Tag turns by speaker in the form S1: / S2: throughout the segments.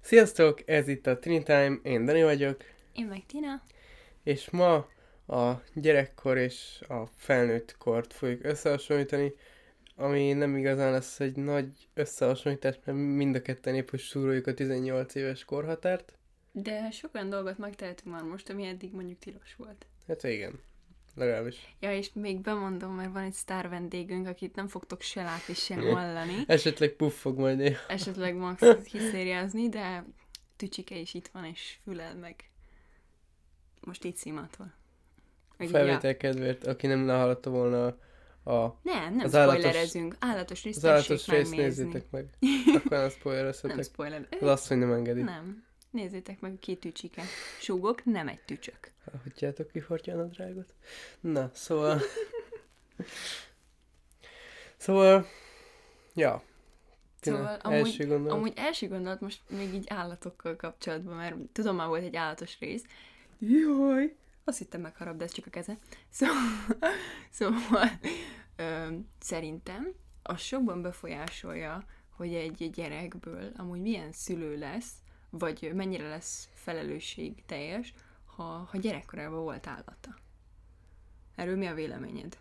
S1: Sziasztok, ez itt a Trini Time, én Dani vagyok,
S2: Én meg Tina.
S1: és ma a gyerekkor és a felnőtt kort fogjuk összehasonlítani, ami nem igazán lesz egy nagy összehasonlítás, mert mind a ketten épp, hogy súroljuk a 18 éves korhatárt.
S2: De sok olyan dolgot megtehetünk már most, ami eddig mondjuk tilos volt.
S1: Hát igen, legalábbis.
S2: Ja, és még bemondom, mert van egy sztár vendégünk, akit nem fogtok se látni, se hallani.
S1: Esetleg puffog majd néha.
S2: Esetleg max hiszériázni, de tücsike is itt van, és fülel meg. Most így szímától. Meg így, ja.
S1: felvétel kedvéért, aki nem hallotta volna a, a
S2: Nem, nem
S1: Az állatos-
S2: spoilerezünk. Állatos,
S1: az
S2: részt
S1: állatos
S2: állatos
S1: részt
S2: megnézni.
S1: nézzétek meg. Akkor nem
S2: Nem
S1: spoilerezhetek.
S2: spoiler.
S1: Az asszony nem engedi.
S2: Nem. Nézzétek meg a két tücsike. Súgok, nem egy tücsök.
S1: Hagyjátok ki Hortyán a drágot. Na, szóval... szóval... Ja. Tina,
S2: Szóval amúgy-
S1: első gondolat.
S2: Amúgy első gondolat most még így állatokkal kapcsolatban, mert tudom, már volt egy állatos rész. Jaj! Azt hittem megharap, de ez csak a keze. Szóval, szóval ö, szerintem az sokban befolyásolja, hogy egy gyerekből amúgy milyen szülő lesz, vagy mennyire lesz felelősség teljes, ha, ha gyerekkorában volt állata. Erről mi a véleményed?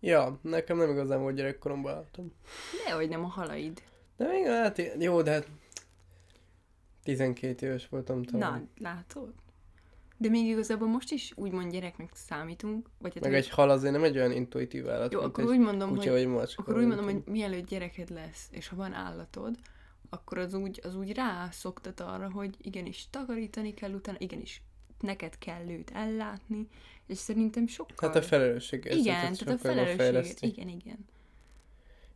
S1: Ja, nekem nem igazán volt gyerekkoromban álltam.
S2: Dehogy nem a halaid.
S1: De még hát, jó, de hát... 12 éves voltam talán.
S2: Na, látod? De még igazából most is úgymond gyereknek számítunk, vagy hát
S1: Meg egy hal azért nem egy olyan intuitív állat,
S2: jó,
S1: mint
S2: akkor
S1: egy
S2: úgy mondom,
S1: kutya
S2: hogy,
S1: vagy macska.
S2: akkor úgy mondom,
S1: nem
S2: hogy mielőtt gyereked lesz, és ha van állatod, akkor az úgy, az úgy rászoktat arra, hogy igenis takarítani kell utána, igenis neked kell őt ellátni, és szerintem sokkal...
S1: Hát a felelősség
S2: Igen, tehát a felelősséget. Igen, igen.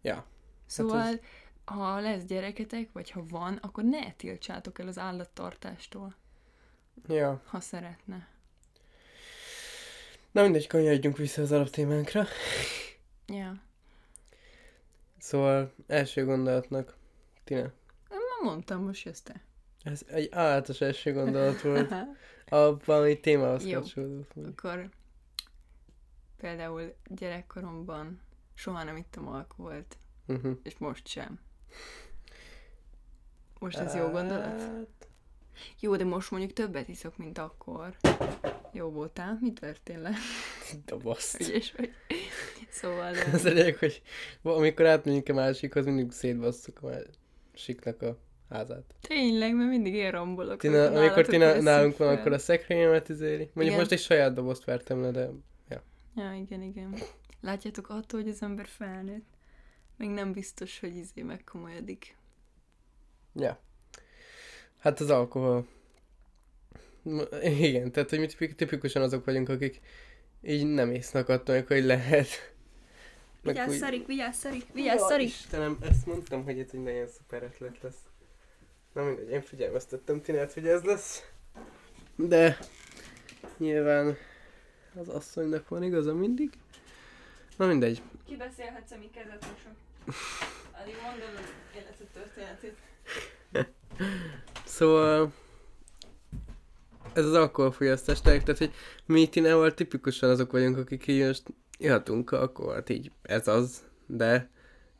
S1: Ja. hát
S2: Szóval,
S1: ez-
S2: ha lesz gyereketek, vagy ha van, akkor ne tiltsátok el az állattartástól,
S1: Ja.
S2: ha szeretne.
S1: Na mindegy, kanyarodjunk vissza az alaptémánkra.
S2: Ja.
S1: Szóval első gondolatnak, Tina,
S2: Ma mondtam, most jössz te.
S1: ez egy állatos első gondolat volt, a valami témához
S2: Jó.
S1: kapcsolódott.
S2: Akkor például gyerekkoromban soha nem ittam alkoholt,
S1: Uh-huh.
S2: és most sem. Most ez jó gondolat?
S1: Hát,
S2: Jó, de most mondjuk többet iszok, mint akkor. Jó voltál? Mi történt le?
S1: Dobozt.
S2: Ügyes vagy. Szóval... ö,
S1: Az a lényeg, hogy amikor átmegyünk a másikhoz, mindig szétbasszuk a másiknak a házát.
S2: Tényleg, mert mindig ilyen rombolok.
S1: Tina, amikor Tina nálunk van, akkor a szekrényemet izéli. Mondjuk
S2: Igen.
S1: most egy saját dobozt vertem le, de
S2: Ja, igen, igen. Látjátok, attól, hogy az ember felnőtt, még nem biztos, hogy izé megkomolyodik.
S1: Ja. Hát az alkohol. M- Igen, tehát hogy mi tipi- tipikusan azok vagyunk, akik így nem észnak attól, még, hogy lehet. Meg úgy-
S2: vigyázz, szarik,
S1: Ja, Istenem, ezt mondtam, hogy ez egy nagyon szuper ötlet lesz. Na mindegy, én figyelmeztettem Tinát, hogy ez lesz. De nyilván az asszonynak van igaza mindig. Na mindegy.
S2: Kibeszélhetsz, ami kezed mosok. Addig mondom az életed történetét.
S1: Szóval ez az alkoholfogyasztás tényleg, tehát hogy mi Tinával tipikusan azok vagyunk, akik így most ihatunk alkoholt, hát így ez az, de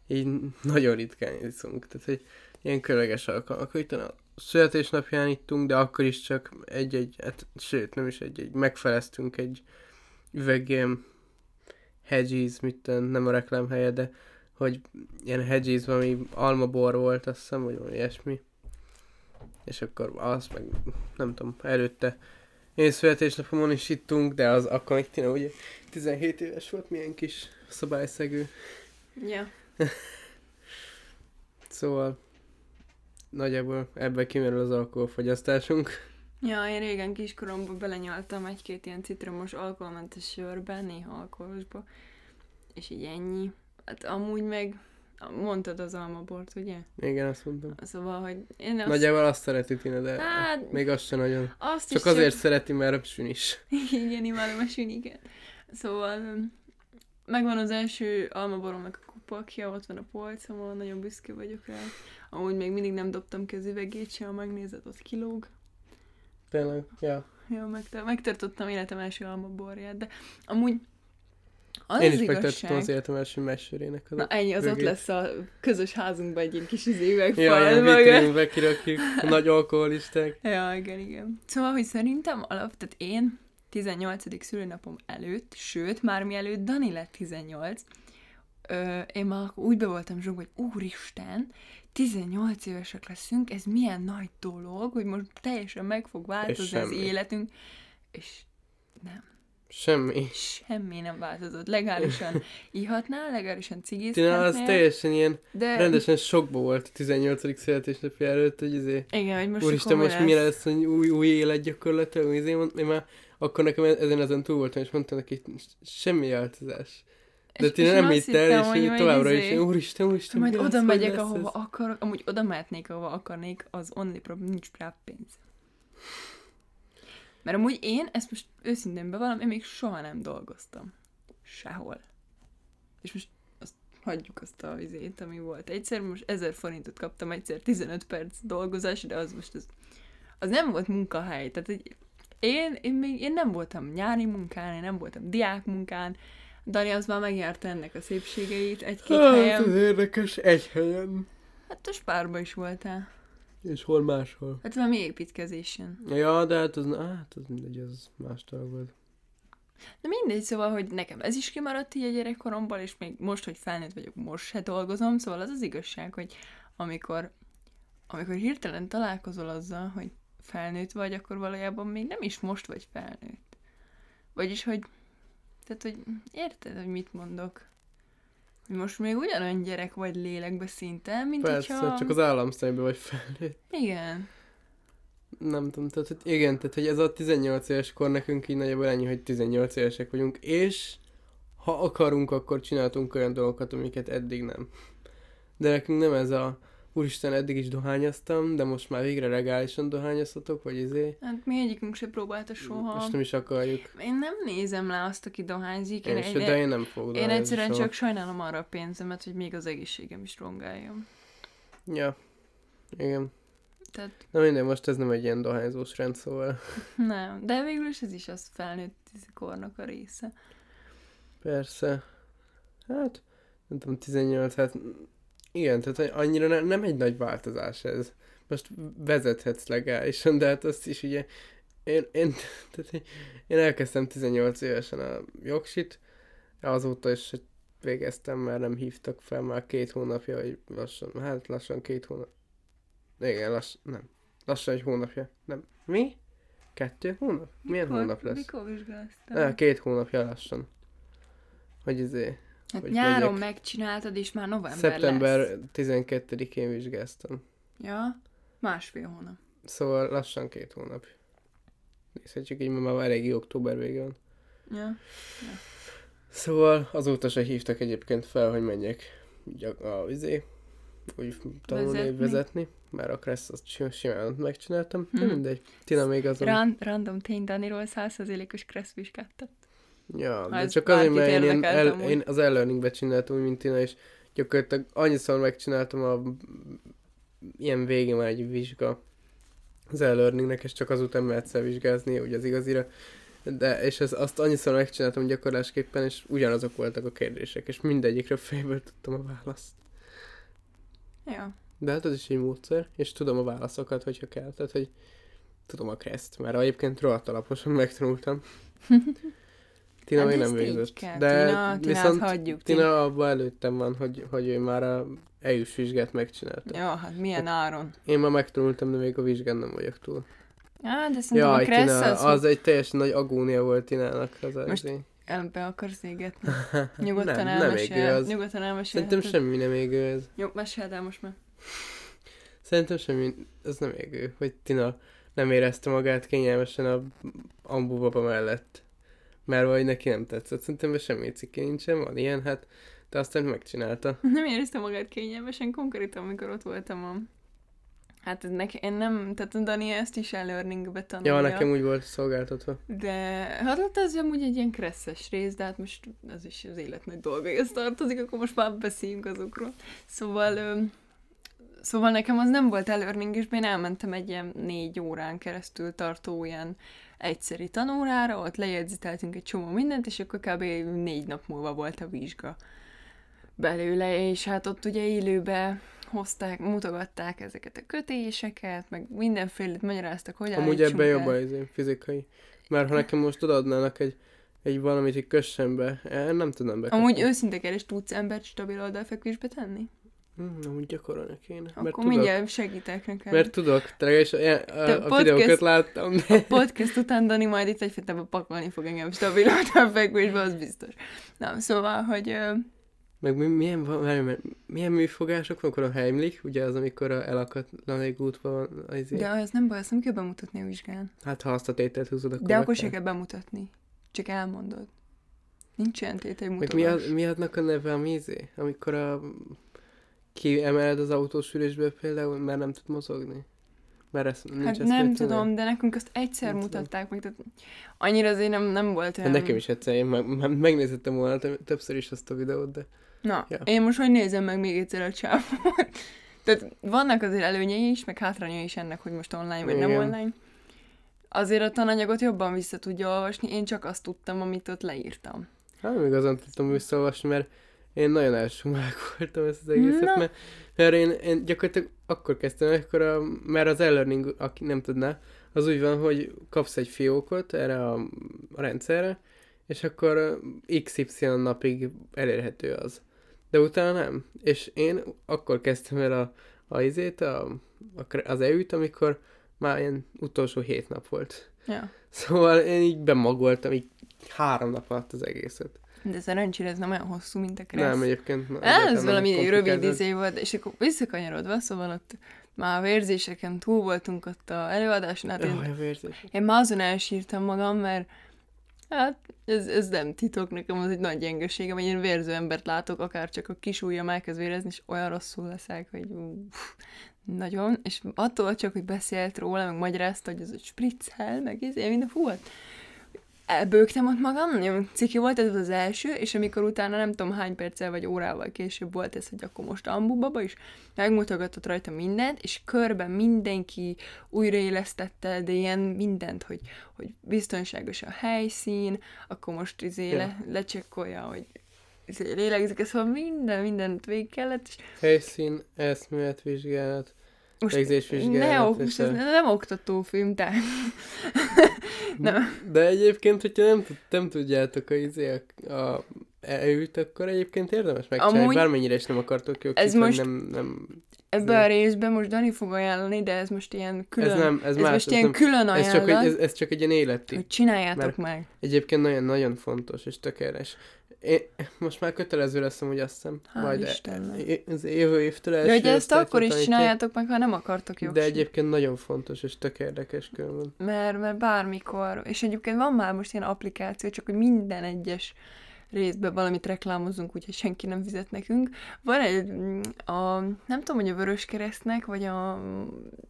S1: így nagyon ritkán iszunk. Tehát, hogy ilyen különleges alkalmak, hogy talán a születésnapján ittunk, de akkor is csak egy-egy, hát, sőt, nem is egy-egy, megfeleztünk egy üveg ilyen hedgies, mit tudom, nem a reklám helye, de hogy ilyen hedgies, valami almabor volt, azt hiszem, vagy valami ilyesmi és akkor az, meg nem tudom, előtte én születésnapomon is ittunk, de az akkor még tényleg ugye 17 éves volt, milyen kis szabályszegő.
S2: Ja.
S1: Szóval nagyjából ebbe kimerül az alkoholfogyasztásunk.
S2: Ja, én régen kiskoromban belenyaltam egy-két ilyen citromos alkoholmentes sörbe, néha alkoholosba. És így ennyi. Hát amúgy meg mondtad az almabort, ugye?
S1: Igen, azt mondtam.
S2: Szóval, hogy én azt...
S1: Nagyjából azt szereti Tina, de
S2: Hát,
S1: még azt sem nagyon.
S2: azt
S1: Csak
S2: is
S1: azért szereti, mert sün is.
S2: Igen, imádom a süniket. Szóval öm, megvan az első almaboromnak a kupakja, ott van a polcomon, nagyon büszke vagyok rá. Amúgy még mindig nem dobtam ki az üvegét se, ha megnézed, ott kilóg.
S1: Tényleg, ja.
S2: Ja, megtart, megtartottam életem első almaborját, de amúgy Az
S1: Én
S2: az
S1: is
S2: igazság.
S1: megtartottam az életem első mesőrének.
S2: Na ennyi, az ott
S1: Mögé.
S2: lesz a közös házunkban egy ilyen kis izé
S1: Ja,
S2: üvegfal.
S1: ilyen
S2: mögött.
S1: vitrinbe kirakjuk, a nagy alkoholisták.
S2: Ja, igen, igen. Szóval, hogy szerintem alap, tehát én 18. szülőnapom előtt, sőt, már mielőtt Dani lett 18, ö, én már akkor úgy be voltam zsong, hogy úristen, 18 évesek leszünk, ez milyen nagy dolog, hogy most teljesen meg fog változni az
S1: semmi.
S2: életünk, és nem,
S1: Semmi.
S2: semmi nem változott. Legálisan ihatnál, legálisan
S1: Tina, az
S2: cigizhetnél,
S1: teljesen ilyen
S2: de...
S1: rendesen sokba volt a 18. születésnapja előtt, hogy izé,
S2: Igen, hogy most
S1: Úristen,
S2: akkor
S1: most mi lesz, hogy új, új életgyakorlata, új izé, mond- én már akkor nekem e- ezen ezen túl voltam, és mondtam neki, semmi változás. De
S2: És-
S1: ti
S2: és
S1: nem
S2: én azt hittem,
S1: hittel, és
S2: hogy
S1: én
S2: majd
S1: továbbra
S2: izé-
S1: is, én, úristen, úristen,
S2: Majd
S1: mi lesz,
S2: oda
S1: hogy
S2: megyek,
S1: lesz
S2: ahova
S1: ez?
S2: akarok, amúgy oda mehetnék, ahova akarnék, az only problem, nincs rá pénz. Mert amúgy én, ezt most őszintén bevallom, én még soha nem dolgoztam. Sehol. És most azt hagyjuk azt a vizét, ami volt. Egyszer most 1000 forintot kaptam, egyszer 15 perc dolgozás, de az most az, az nem volt munkahely. Tehát egy, én, én még én nem voltam nyári munkán, én nem voltam diák munkán. Dani az már megjárta ennek a szépségeit egy-két helyen.
S1: Hát, ez érdekes, egy helyen,
S2: Hát te spárba is voltál.
S1: és hol máshol.
S2: Hát valami építkezésen.
S1: Ja, de hát az, hát az mindegy, az más dolog volt.
S2: Na mindegy, szóval, hogy nekem ez is kimaradt így a gyerekkoromból, és még most, hogy felnőtt vagyok, most se dolgozom, szóval az az igazság, hogy amikor, amikor hirtelen találkozol azzal, hogy felnőtt vagy, akkor valójában még nem is most vagy felnőtt. Vagyis, hogy... Tehát, hogy érted, hogy mit mondok? Hogy most még ugyanolyan gyerek vagy lélekbe szinte, mint
S1: Persze,
S2: hogyha...
S1: csak az államszembe vagy felnőtt.
S2: Igen.
S1: Nem tudom, tehát hogy igen, tehát hogy ez a 18 éves kor nekünk így nagyjából ennyi, hogy 18 évesek vagyunk, és ha akarunk, akkor csináltunk olyan dolgokat, amiket eddig nem. De nekünk nem ez a úristen, eddig is dohányoztam, de most már végre legálisan dohányoztatok, vagy izé.
S2: Hát mi egyikünk se próbálta soha.
S1: Most nem is akarjuk.
S2: Én nem nézem le azt, aki dohányzik. Én,
S1: Én,
S2: én,
S1: se, de
S2: én,
S1: én nem fogok
S2: én
S1: dohányozni
S2: egyszerűen
S1: soha.
S2: csak sajnálom arra a pénzemet, hogy még az egészségem is rongáljon.
S1: Ja. Igen.
S2: Tehát
S1: Na minden, most ez nem egy ilyen dohányzós rend, szóval
S2: nem. De végül is ez is az felnőtt kornak a része.
S1: persze. Hát, nem tudom, 18, hát igen, tehát annyira ne, nem egy nagy változás ez. Most vezethetsz legálisan, de hát azt is ugye, én, én, tehát én- én elkezdtem 18 évesen a jogsit, azóta is végeztem, már nem hívtak fel már két hónapja, vagy lassan, hát lassan két hónap. Igen, lass, nem. Lassan egy hónapja. Nem. Mi? Kettő hónap? Milyen
S2: mikor,
S1: hónap lesz? Eh,
S2: Mikor vizsgáztál?
S1: Á, két hónapja lassan. Hogy izé,
S2: hát
S1: hogy
S2: nyáron
S1: megyek.
S2: megcsináltad, és már november lesz.
S1: szeptember 12-én vizsgáztam.
S2: Ja, másfél hónap.
S1: Szóval lassan két hónap. Nézhetjük így, mert már elég október vége van.
S2: Ja.
S1: Szóval azóta se hívtak egyébként fel, hogy menjek gyak- a izé, úgy tanulni, vezetni.
S2: Vezetni.
S1: vezetni. Már a Kressz azt sim- simán megcsináltam, de
S2: Mhm.
S1: mindegy. Tina még azon.
S2: Ran, random tény Daniról 100%-os kressz vizsgáltat.
S1: Ja, de
S2: ez
S1: csak azért,
S2: Hát, bárkit
S1: mert én, én,
S2: érdekel,
S1: el,
S2: amúgy.
S1: én az e-learningbe csináltam, úgy, mint Tina, és gyakorlatilag annyiszor megcsináltam a ilyen végén van egy vizsga az e-learningnek, és csak azután mehetsz el vizsgázni, ugye az igazira. De, és ez, azt annyiszor megcsináltam gyakorlásképpen, és ugyanazok voltak a kérdések, és mindegyikre fejből tudtam a választ.
S2: Ja.
S1: De hát ez is egy módszer, és tudom a válaszokat, hogyha kell. Tehát, hogy tudom a kreszt, mert egyébként rohadt alaposan megtanultam. Tina
S2: Hát
S1: még
S2: ezt
S1: nem
S2: így
S1: végzett.
S2: kell.
S1: De
S2: Tina- Tinát
S1: viszont
S2: hagyjuk,
S1: Tina abban előttem van, hogy, hogy ő már a EU-s vizsgát megcsinálta.
S2: Ja, hát milyen áron.
S1: Én már megtanultam, de még a vizsgán nem vagyok túl.
S2: Á, de szerintem a kressz
S1: Tina,
S2: az,
S1: az egy teljesen nagy agónia volt Tinának az
S2: Most
S1: Most
S2: Elbe akarsz égetni. Nyugodtan
S1: Hát Nem, nem
S2: elmesél.
S1: égő az.
S2: Nyugodtan elmesél.
S1: Szerintem semmi nem égő ez.
S2: Jó, meséld el most már.
S1: Szerintem semmi, ez nem égő, hogy Tina nem érezte magát kényelmesen a ambubaba mellett. Mert vagy neki nem tetszett. Szerintem ez semmi cikke nincsen, van ilyen, hát de aztán megcsinálta.
S2: Nem érezte magát kényelmesen, konkrétan, amikor ott voltam a... Hát ez nek, én nem, tehát a Dani ezt is e-learningbe tanulja.
S1: Ja, nekem úgy volt szolgáltatva.
S2: De hát ott ez amúgy egy ilyen kresszes rész, de hát most az is az élet nagy dolgaihoz tartozik, akkor most már beszéljünk azokról. Szóval ö, Szóval nekem az nem volt e-learning, és én elmentem egy ilyen négy órán keresztül tartó ilyen egyszeri tanórára, ott lejegyziteltünk egy csomó mindent, és akkor kb. négy nap múlva volt a vizsga belőle, és hát ott ugye élőbe hozták, mutogatták ezeket a kötéseket, meg mindenfélét magyaráztak, hogy
S1: Amúgy
S2: állítsunk
S1: ebben
S2: el.
S1: jobb az én fizikai. Már ha nekem most odaadnának egy, egy valamit, hogy kössem be, eh, nem tudnám be.
S2: Amúgy őszinte kell, és tudsz embert stabil oldalfekvésbe tenni?
S1: Hm, amúgy gyakorolni kéne. mert
S2: Akkor mert
S1: tudok,
S2: mindjárt segítek neked.
S1: Mert tudok, tényleg, és a, a, a
S2: podcast-
S1: videókat láttam, de...
S2: podcast után Dani majd itt egyfajtában pakolni fog engem stabil oldalfekvésbe, az biztos. Nem, szóval, hogy... ö,
S1: Meg mi, milyen, van, várj, mert milyen műfogások van, akkor a Heimlich, ugye az, amikor a elakatlan egy útban van, az
S2: De az nem baj, azt nem kell bemutatni a vizsgán.
S1: hát ha azt a tételt húzod, akkor
S2: De akkor se
S1: meg kell.
S2: kell bemutatni. Csak elmondod. Nincs ilyen tétel
S1: Meg mi,
S2: mutatás.
S1: az, mi adnak a neve a mízé? Amikor a, kiemeled az autós ülésből például, mert nem tud mozogni. Mert ez nincs
S2: Hát
S1: ezt
S2: nem
S1: értelme.
S2: tudom, de nekünk azt egyszer
S1: Nem tudom.
S2: mutatták meg, tehát annyira azért nem, nem volt
S1: Hát nekem is egyszer, én meg, meg- megnézettem volna töm- többször is azt a videót, de
S2: Na,
S1: Ja.
S2: ja. én most hogy nézem meg még egyszer a csávot? Tehát vannak azért előnyei is, meg hátrányai is ennek, hogy most online vagy nem
S1: Igen.
S2: online. Azért a tananyagot jobban vissza tudja olvasni, én csak azt tudtam, amit ott leírtam.
S1: hát nem igazán tudtam visszaolvasni, mert én nagyon elsumálkoltam ezt az egészet,
S2: Na.
S1: mert, mert én, én gyakorlatilag akkor kezdtem, akkor a, mert az e-learning, aki nem tudná, az úgy van, hogy kapsz egy fiókot erre a, a rendszerre, és akkor XY napig elérhető az. De utána nem. És én akkor kezdtem el a, a izét, a, a, kre- az EU-t, amikor már ilyen utolsó hét nap volt.
S2: Ja.
S1: Szóval én így bemagoltam így három nap alatt az egészet.
S2: De szerencsére ez nem olyan hosszú, mint a
S1: Kressz. Nem,
S2: kressz.
S1: egyébként. na,
S2: Á,
S1: egyáltalán
S2: Ez
S1: nem
S2: valami
S1: komplikált
S2: rövid
S1: ez.
S2: izé volt, és akkor visszakanyarodva, szóval ott már a vérzéseken túl voltunk ott a előadásnál, hát én
S1: Jaj, vérzés.
S2: Én ma azon elsírtam magam, mert hát ez, ez nem titok, nekem az egy nagy gyengeségem, hogy én vérző embert látok, akár csak a kis ujjam elkezd vérezni, és olyan rosszul leszek, hogy uff, nagyon, és attól csak, hogy beszélt róla, meg magyarázta, hogy ez egy spriccel, meg izé, minden fú, hát elbőgtem ott magam, nagyon ciki volt, ez volt az első, és amikor utána nem tudom hány perccel vagy órával később volt ez, hogy akkor most ambubaba is, megmutogatott rajta mindent, és körben mindenki újraélesztette, de ilyen mindent, hogy, hogy biztonságos a helyszín, akkor most izé
S1: Ja.
S2: le, lecsekkolja, hogy izé lélegzik, szóval minden, mindent végig kellett, és
S1: Helyszín, eszmélet, vizsgálat, végzésvizsgálat.
S2: ne, ok,
S1: és
S2: most
S1: a-
S2: ez nem oktatófilm, tehát
S1: De egyébként, hogyha nem, tud, nem tudjátok a izé, a, a elült, akkor egyébként érdemes megcsinálni,
S2: Amúgy-
S1: bármennyire is nem akartok jó,
S2: Ez
S1: kicsit,
S2: most-
S1: nem, nem,
S2: ebben a részben most Dani fog ajánlani, de ez most ilyen külön,
S1: ez nem, ez,
S2: ez
S1: más,
S2: most
S1: ez,
S2: ilyen
S1: nem, ez,
S2: külön ajánlat,
S1: csak, egy- ez, ez csak egy ilyen életi.
S2: hogy csináljátok
S1: mert-
S2: meg.
S1: Egyébként nagyon-nagyon fontos és tökéletes. Én, most már kötelező leszem, hogy azt hiszem.
S2: Hál'
S1: majd
S2: Istennek.
S1: é- az jövő évtől első
S2: De hogy ezt
S1: osztálytól
S2: akkor is
S1: tanítják,
S2: csináljátok meg, ha nem akartok jogsit.
S1: De egyébként nagyon fontos és tök érdekes különben.
S2: Mert, mert bármikor, és egyébként van már most ilyen applikáció, csak hogy minden egyes részben valamit reklámozunk, úgyhogy senki nem fizet nekünk. Van egy, mm, a, nem tudom, hogy a Vörös Keresztnek, vagy a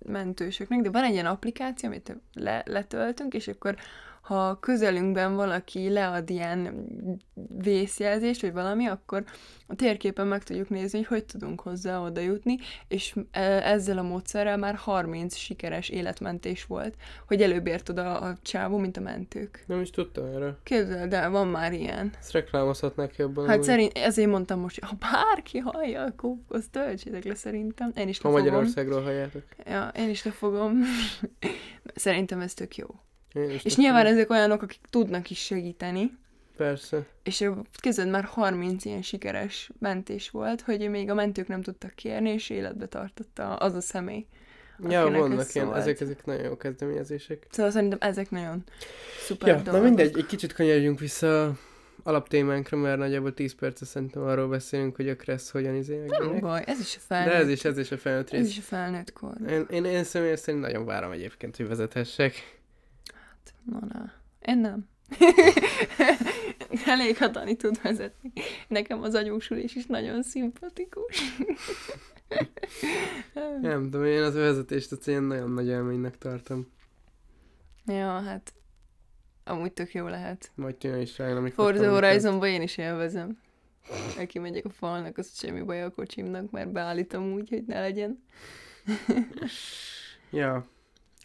S2: mentősöknek, de van egy ilyen applikáció, amit le, letöltünk, és akkor ha közelünkben valaki lead ilyen vészjelzést, vagy valami, akkor a térképen meg tudjuk nézni, hogy hogy tudunk hozzá oda jutni, és e, ezzel a módszerrel már 30 sikeres életmentés volt hogy előbb ért oda a csávó, mint a mentők.
S1: Nem is tudtam erről.
S2: Képzeld el, van már ilyen.
S1: Ezt reklámozhatnák jobban.
S2: Hát
S1: amúgy.
S2: szerint, ezért mondtam most, ha bárki hallja, akkor azt töltsétek le szerintem. Én is
S1: Ha
S2: le fogom.
S1: Magyarországról halljátok.
S2: Ja, én is le fogom. szerintem ez tök jó.
S1: Én is tudom.
S2: És nyilván ezek olyanok, akik tudnak is segíteni.
S1: Persze.
S2: És kezded már 30 ilyen sikeres mentés volt, hogy még a mentők nem tudtak kérni, és életbe tartotta az a személy.
S1: Ja,
S2: Akinek
S1: vannak
S2: ez
S1: ilyen,
S2: szólt.
S1: ezek, ezek nagyon jó kezdeményezések.
S2: Szóval szerintem ezek nagyon szuper
S1: Ja, na
S2: dolgok.
S1: mindegy, egy kicsit kanyarodjunk vissza a alaptémánkra, mert nagyjából 10 perce szerintem arról beszélünk, hogy a Kressz hogyan izé.
S2: Nem baj, ez is a felnőtt.
S1: De ez is, ez is a felnőtt
S2: ez
S1: rész.
S2: is a felnőtt kor.
S1: Én, én, én személy szerint nagyon várom egyébként, hogy vezethessek.
S2: Na, na. Én nem. Elég, ha Dani tud vezetni. Nekem az agyósulés is nagyon szimpatikus.
S1: Nem tudom, én az vezetést azt ilyen nagyon nagy élménynek tartom.
S2: ja, hát amúgy tök jó lehet.
S1: Majd tűnjön is rá, amikor...
S2: Forza
S1: tanultam.
S2: Horizonban én is élvezem. Ha kimegyek a falnak, az semmi baj a kocsimnak, mert beállítom úgy, hogy ne legyen.
S1: Ja.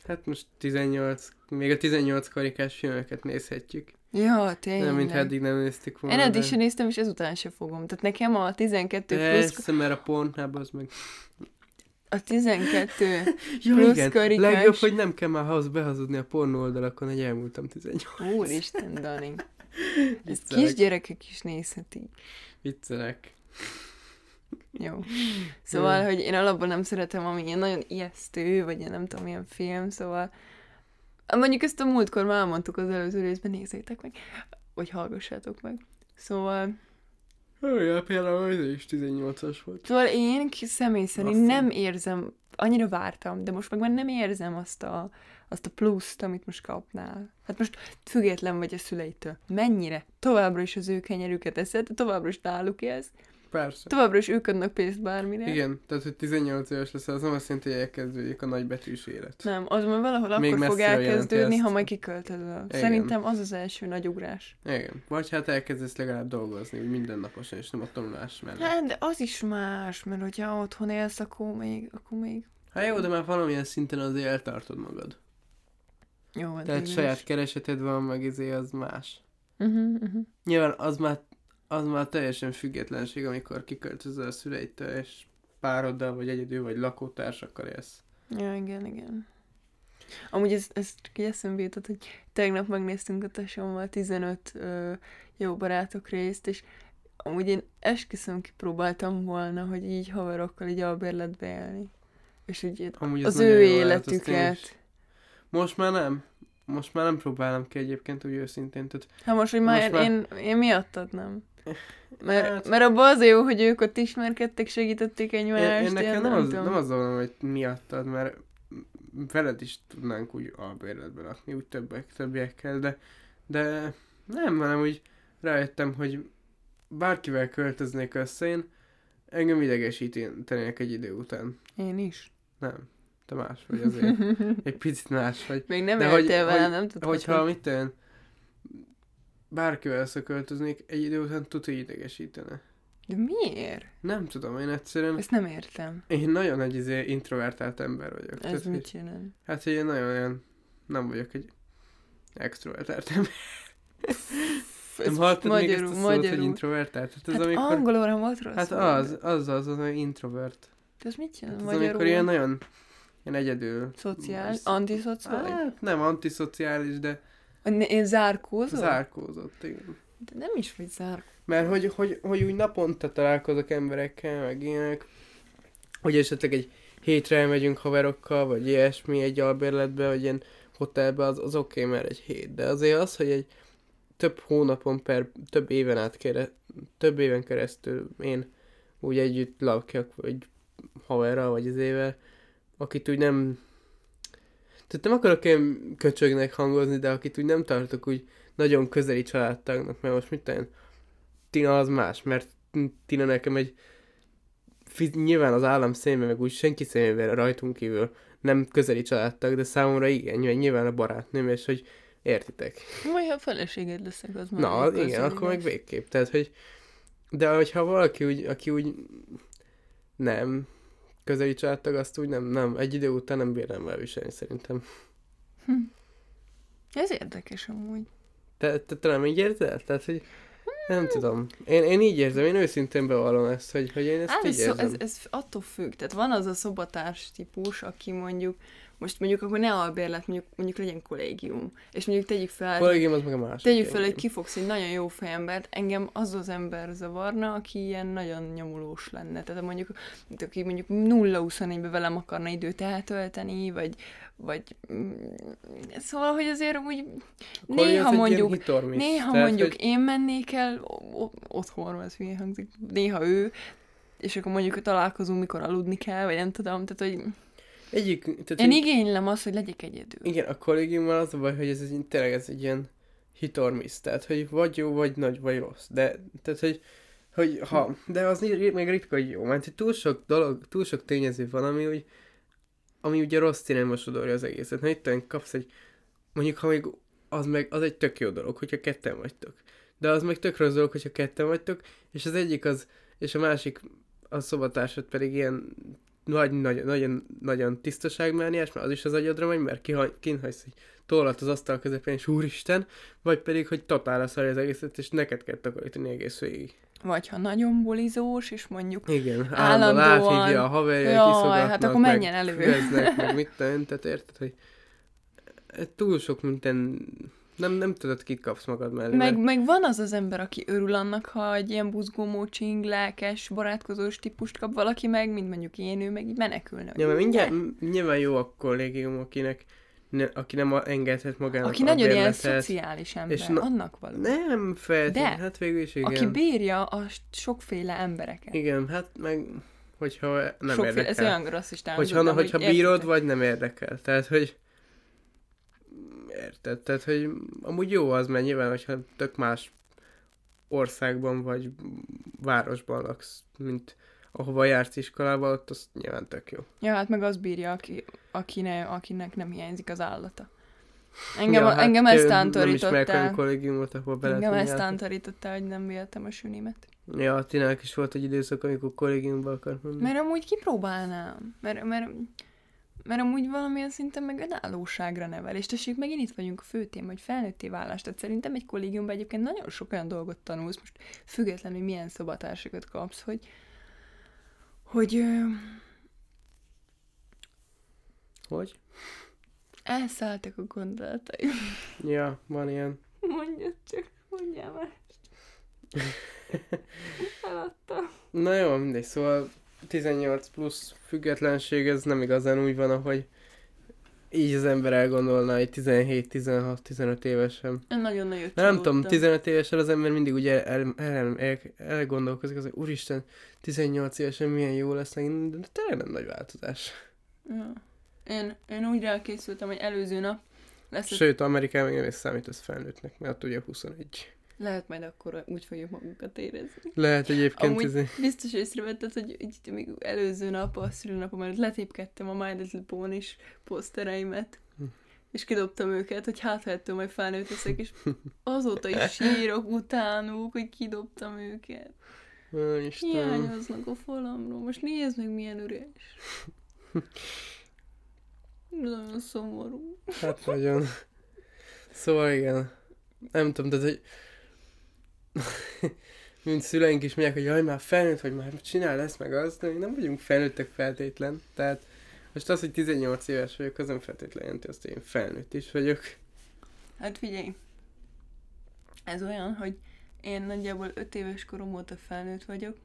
S1: Hát most 18, még a 18 karikás filmeket nézhetjük.
S2: Ja,
S1: Én
S2: tényleg.
S1: nem, mint eddig nem néztük volna.
S2: Én eddig
S1: de-
S2: sem néztem, és ezután sem fogom. Tehát nekem a 12 plusz...
S1: Persze, mert a Pornhub az meg...
S2: A 12...
S1: Ja,
S2: Plusz
S1: igen.
S2: karikás.
S1: Legjobb, hogy nem kell már haza behazudni a pornó oldalakon, hogy elmúltam 18.
S2: Úristen, Dani. Ezt
S1: Viccelek.
S2: kisgyerekek is nézhetik.
S1: Viccelek.
S2: Jó. Szóval, hogy én alapból nem szeretem, ami ilyen nagyon ijesztő, vagy ilyen nem tudom, ilyen film, szóval... Mondjuk ezt a múltkor már elmondtuk az előző részben, nézzétek meg, vagy hallgassátok meg. Szóval,
S1: Ja, például ez is 18-as volt.
S2: szóval én ki- személy szerint
S1: Basszus.
S2: nem érzem, annyira vártam, de most meg már nem érzem azt a, azt a pluszt, amit most kapnál. Hát most független vagy a szüleitől. Mennyire? Továbbra is az ő kenyerüket eszed, továbbra is náluk élsz,
S1: Persze.
S2: továbbra is ők adnak pénzt bármire.
S1: Igen, tehát hogy 18 éves lesz, az nem azt jelenti, hogy elkezdődik a nagybetűs élet.
S2: Nem, az majd valahol
S1: Még
S2: akkor fog
S1: messziről jelenti
S2: elkezdődni,
S1: ezt.
S2: ha majd kiköltözöl.
S1: Igen.
S2: Szerintem az az első nagy ugrás.
S1: Igen. Vagy hát elkezdesz legalább dolgozni, úgy mindennaposan, és nem a tanulás mellett.
S2: Hát, de az is más, mert hogyha otthon élsz, akkor még, akkor még
S1: Hát jó, de már valamilyen szinten azért eltartod magad.
S2: jó. hát
S1: Tehát
S2: így
S1: saját
S2: is.
S1: kereseted van, meg izé az más.
S2: Mhm, mhm.
S1: Nyilván az már, az már teljesen függetlenség, amikor kiköltözöl a szüleitől, és pároddal, vagy egyedül, vagy lakótársakkal élsz.
S2: Ja, igen, igen. Amúgy ez, ez csak így eszembe jutott, hogy tegnap megnéztünk a tesómmal 15 ö, jó barátok részt, és amúgy én esküszöm kipróbáltam volna, hogy így haverokkal így albérletbe élni. És úgy
S1: Amúgy ez
S2: az
S1: nagyon
S2: ő
S1: jó lehet, azt én is.
S2: életüket.
S1: Most már nem. Most már nem próbálom ki egyébként, úgy őszintén. Tehát
S2: Hát most, hogy
S1: Most
S2: már,
S1: már-
S2: Én, én miattad nem. Mert,
S1: Hát-
S2: mert abban az a jó, hogy ők ott ismerkedtek, segítették egymást.
S1: én, én nekem
S2: ilyen,
S1: nem, az,
S2: tudom.
S1: nem az van, hogy miattad, mert veled is tudnánk úgy albérletben lakni, úgy többek, többiekkel, de, de nem, hanem úgy rájöttem, hogy bárkivel költöznék össze, én engem idegesítenének egy idő után.
S2: Én is.
S1: Nem. Te más vagy azért. Egy picit más vagy.
S2: Még nem
S1: De hogy-
S2: éltél vele,
S1: hogy-
S2: nem tudod.
S1: Hogyha mit én bárkivel összeköltöznék, egy idő után tudja idegesítene.
S2: De miért?
S1: Nem tudom, én egyszerűen,
S2: Ezt nem értem.
S1: én nagyon egy izé introvertált ember vagyok.
S2: Ez
S1: Tehát, hogy-
S2: mit csinál?
S1: Hát, hogy én nagyon olyan, nem vagyok egy extrovertált ember. Nem hallottad még ezt a szót, hogy introvertált? Hát ez
S2: hát
S1: amikor...
S2: angol órán volt rossz.
S1: hát
S2: szóval.
S1: az, az az, az, ami introvert.
S2: De ez mit csinál?
S1: Hát ez
S2: magyarul?
S1: amikor ilyen nagyon, ilyen egyedül.
S2: Szociál,
S1: Ez-
S2: antiszociális?
S1: Hát nem antiszociális, de
S2: Ne- Én zárkózom?
S1: zárkózott, igen.
S2: De nem is vagy zárkózó.
S1: Mert hogy, hogy, hogy úgy naponta találkozok emberekkel, meg ilyenek, hogy esetleg egy hétre elmegyünk haverokkal, vagy ilyesmi, egy albérletbe, vagy ilyen hotelbe, az, az oké, okay, mert egy hét. De azért az, hogy egy több hónapon per, több éven át kere, több éven keresztül én úgy együtt lakjak, vagy haverral, vagy az ével, akit úgy nem... Tehát nem akarok én köcsögnek hangozni, de akit úgy nem tartok úgy nagyon közeli családtagnak, mert most mit tenni? Tina az más, mert Tina nekem egy fiz- nyilván az állam szemében, meg úgy senki szemében rajtunk kívül nem közeli családtag, de számomra igen, nyilván, nyilván a barátnőm, és hogy értitek.
S2: Vagy ha feleséged leszek, az már
S1: Na, az,
S2: akkor
S1: igen, akkor meg
S2: szolidáris.
S1: végképp. Tehát, hogy... De hogyha valaki úgy, aki úgy nem közeli családtag, azt úgy nem, nem, egy idő után nem bírnám elviselni szerintem.
S2: Ez érdekes amúgy.
S1: Te, te, te nem így érzel? Tehát, hogy
S2: Hmm.
S1: nem tudom. Én, én így érzem, én őszintén bevallom ezt, hogy, hogy én ezt
S2: Hát
S1: így
S2: ez, szó,
S1: érzem.
S2: ez, ez attól függ. Tehát van az a szobatárs típus, aki mondjuk, most mondjuk akkor ne albérlet, mondjuk, mondjuk legyen kollégium. És mondjuk tegyük fel,
S1: Kollégium az meg a másik.
S2: tegyük fel, hogy
S1: igen.
S2: kifogsz egy nagyon jó fejembert, engem az az ember zavarna, aki ilyen nagyon nyomulós lenne. Tehát mondjuk, aki mondjuk 0-24-ben velem akarna időt eltölteni, vagy, vagy mm, szóval, hogy azért úgy
S1: A kollégium
S2: néha
S1: az egy ilyen
S2: mondjuk
S1: hitormis.
S2: Néha
S1: Tehát,
S2: mondjuk
S1: hogy
S2: én mennék el o- o- otthonról, ez hülye hangzik, néha ő, és akkor mondjuk találkozunk, mikor aludni kell, vagy nem tudom, tehát hogy
S1: Egyik, tehát,
S2: én
S1: hogy-
S2: igénylem azt, hogy legyek egyedül.
S1: Igen, a kollégiummal az a baj, hogy ez egy, tényleg ez egy ilyen hit or miss, tehát hogy vagy jó, vagy nagy, vagy rossz, de tehát hogy, hogy ha, de az ni- még ritka, hogy jó, mert hogy túl sok dolog, túl sok tényező van, ami úgy, ami ugye rossz irányba sodorja az egészet. Na itt olyan kapsz egy, mondjuk ha még az meg, az egy tök jó dolog, hogyha ketten vagytok. De az meg tök rossz dolog, hogyha ketten vagytok, és az egyik az, és a másik, a szobatársad pedig ilyen nagy, nagy, nagyon, nagyon tisztaságmániás, mert az is az agyadra megy, mert kihagy, kinhagysz egy tollat az asztal közepén, és úristen, vagy pedig, hogy totál szarja az egészet, és neked kell takarítani egész végig.
S2: Vagy ha nagyon bulizós, és mondjuk
S1: Igen, állandóan,
S2: Állandóan.
S1: áthívja a haverjait,
S2: Jaj,
S1: iszogatnak,
S2: hát akkor
S1: meg
S2: menjen elő.
S1: füveznek, meg mit tenni, tehát érted, hogy túl sok minden, nem, nem tudod, kit kapsz magad mellé.
S2: Meg,
S1: mert-
S2: meg van az az ember, aki örül annak, ha egy ilyen buzgó, mócsing, lelkes, barátkozós típust kap valaki meg, mint mondjuk én, ő meg így menekülne.
S1: Ja, mert mindjárt, nyilván jó a kollégium, akinek ne, aki nem a- engedhet magának
S2: Aki nagyon ilyen
S1: albérletet.
S2: szociális ember,
S1: és na-
S2: annak való.
S1: Nem feltétlenül,
S2: De.
S1: hát végül is igen.
S2: Igen. Aki bírja a s- sokféle embereket.
S1: Igen, hát meg, hogyha nem
S2: sokféle,
S1: érdekel.
S2: Ez olyan rasszis
S1: hogyha, na, hogyha bírod, vagy nem érdekel. Tehát, hogy érted, tehát, hogy amúgy jó az, mert nyilván, hogyha tök más országban vagy városban laksz, mint ahova jársz iskolába, ott az nyilván tök jó.
S2: Ja, hát meg az bírja, aki, aki ne, akinek nem hiányzik az állata. Engem,
S1: ja, hát
S2: ja, engem ezt
S1: Nem ismerek
S2: tántorított
S1: olyan
S2: el.
S1: kollégiumot, ahol bele
S2: Engem
S1: tudni
S2: ezt
S1: járni.
S2: tántorított el, hogy nem vihetem a sünimet.
S1: Hát, Ja, Tinának is volt egy időszak, amikor kollégiumba akart menni.
S2: Mert amúgy kipróbálnám. Mert, mert, mert amúgy valamilyen szinten meg önállóságra nevel. És tessék, megint itt vagyunk a fő téma, hogy felnőtté válás. Tehát szerintem egy kollégiumban egyébként nagyon sok olyan dolgot tanulsz, most függetlenül, hogy milyen szobatársakat kapsz, hogy hogy ö,
S1: Hogy?
S2: elszálltak a gondolataim.
S1: Ja, van ilyen.
S2: Mondjad csak, mondjál már. Eladtam.
S1: Na jó, mindegy, szóval 18 plusz függetlenség, ez nem igazán úgy van, ahogy így az ember elgondolná, hogy 17, 16, 15 évesen.
S2: Én Nagyon-nagyon
S1: Na, nem tudom,
S2: csalódtam.
S1: 15 évesen az ember mindig ugye el, el, el, el, elgondolkozik, az, hogy úristen, 18 évesen milyen jó lesz, neki, de tényleg nem nagy változás.
S2: Ja. Én, én úgy rákészültem, hogy előző nap lesz egy
S1: Sőt, Amerikában még nem is számít ez felnőttnek, mert ott ugye 21.
S2: Lehet majd akkor úgy fogjuk magunkat érezni.
S1: Lehet egyébként,
S2: Amúgy-
S1: Amúgy... ez,
S2: Biztos észrevetted, hogy itt még előző nap, a szülőnapom előtt letépkedtem a My Little Pony is posztereimet,
S1: Hm.
S2: és kidobtam őket, hogy hát ha ettől majd felnőtt leszek, és azóta is sírok utánuk, hogy kidobtam őket.
S1: Ó, Istenem.
S2: Hiányoznak a falamról. Most nézd meg, milyen üres. Nagyon szomorú.
S1: Hát nagyon. Szóval igen. Nem tudom, tehát hogy... Mint szüleink is mondják, hogy jaj, már felnőtt vagy, már csinál lesz meg az, de még nem vagyunk felnőttek feltétlen. Tehát most az, hogy 18 éves vagyok, az nem feltétlen jelenti azt, hogy én felnőtt is vagyok.
S2: Hát figyelj, ez olyan, hogy én nagyjából öt éves korom óta felnőtt vagyok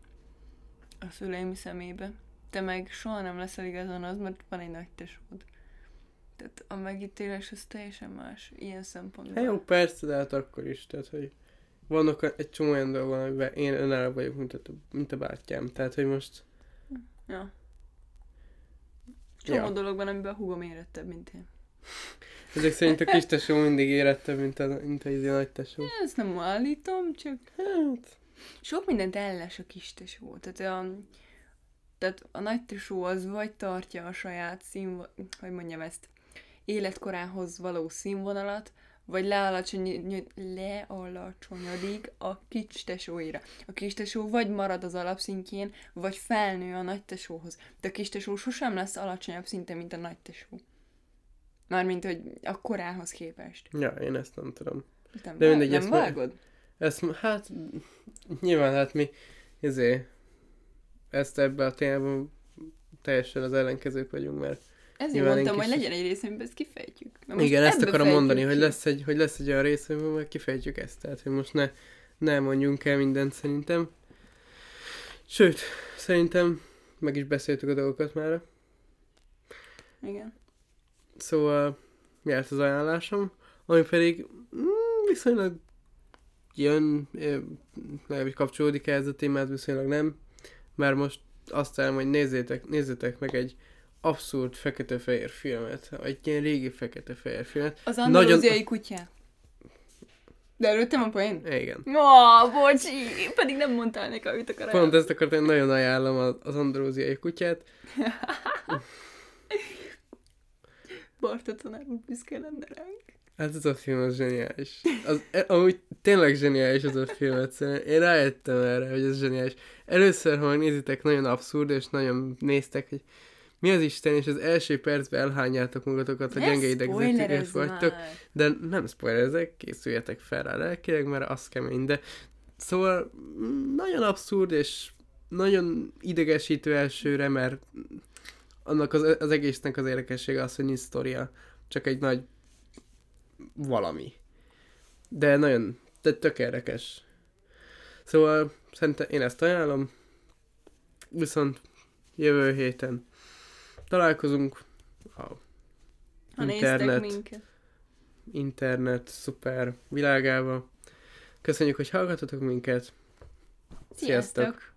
S2: a szüleim szemébe. Te meg soha nem leszel igazán az, mert van egy nagy tesód. Tehát a megítélés az teljesen más ilyen szempontból.
S1: Hát jó, persze, de hát akkor is, tehát hogy vannak a- egy csomó olyan dolgok, amiben én önálló vagyok, mint a, mint a bátyám. Tehát, hogy most...
S2: Ja. Csomó
S1: Ja.
S2: dolog van, amiben a húgom érettebb, mint én.
S1: Ezek szerint a kis tesó mindig érettebb, mint a, mint a, izé nagy tesó.
S2: Ezt nem állítom, csak
S1: Hát,
S2: Sok mindent ellens a kis tesó. Tehát a, tehát a nagy tesó az vagy tartja a saját szín, hogy mondjam ezt, életkorához való színvonalat, vagy lealacsony, lealacsonyodik a kis tesóira. A kis tesó vagy marad az alapszintjén, vagy felnő a nagy tesóhoz. De a kis tesó sosem lesz alacsonyabb szinten, mint a nagy tesó. Mármint, hogy a korához képest.
S1: ja, én ezt nem tudom.
S2: Nem,
S1: De
S2: vá-
S1: mindegy,
S2: nem
S1: ezt már-
S2: vágod?
S1: Ezt, m- hát, nyilván, hát mi, izé, ezt ebbe a témában teljesen az ellenkezők vagyunk, mert
S2: Ezért
S1: Nyilván én
S2: mondtam, hogy
S1: kis-
S2: legyen egy rész, amiben ezt kifejtjük. Na most
S1: igen, ezt
S2: ebbe
S1: akarom mondani,
S2: fejtjük
S1: hogy
S2: ki.
S1: lesz, egy, hogy lesz egy olyan rész, amiben majd kifejtjük ezt, tehát hogy most ne, ne mondjunk el mindent szerintem. Sőt, szerintem meg is beszéltük a dolgokat már,
S2: Igen.
S1: szóval mi lett az ajánlásom, ami pedig mm, viszonylag jön, eh, legalábbis kapcsolódik ehhez a témához, viszonylag nem, mert most azt állom, hogy nézzétek, nézzétek meg egy abszurd fekete-fehér filmet, egy ilyen régi fekete-fehér filmet.
S2: Az
S1: Nagyon-
S2: andalúziai Nagyon... kutyák. De előttem a poén?
S1: E, Igen.
S2: Ó, bocsi, pedig nem mondtál nekem, amit akarál.
S1: Pont ezt akartam, én nagyon ajánlom az, az andróziai kutyát.
S2: Barta tanár úr büszke lenne ránk.
S1: Hát ez a film az zseniális. Az, e- amúgy tényleg zseniális az a film egyszerűen. Én rájöttem erre, hogy ez zseniális. Először, ha nézitek, nagyon abszurd, és nagyon néztek, hogy mi az Isten, és az első percben elhányjátok magatokat, hogy
S2: Ne
S1: gyenge idegzetükes
S2: spoilerezz
S1: vagytok.
S2: már!
S1: De nem spoilerezek, készüljetek fel rá lelkileg, mert az kemény, de szóval mm, nagyon abszurd és nagyon idegesítő elsőre, mert annak az, az egésznek az érdekessége az, hogy nincs sztoria, csak egy nagy valami. De nagyon, de tök érdekes. Szóval szerintem én ezt ajánlom, viszont jövő héten találkozunk a
S2: Ha
S1: Internet.
S2: néztek minket.
S1: internet szuper világába. Köszönjük, hogy hallgatotok minket.
S2: Sziasztok!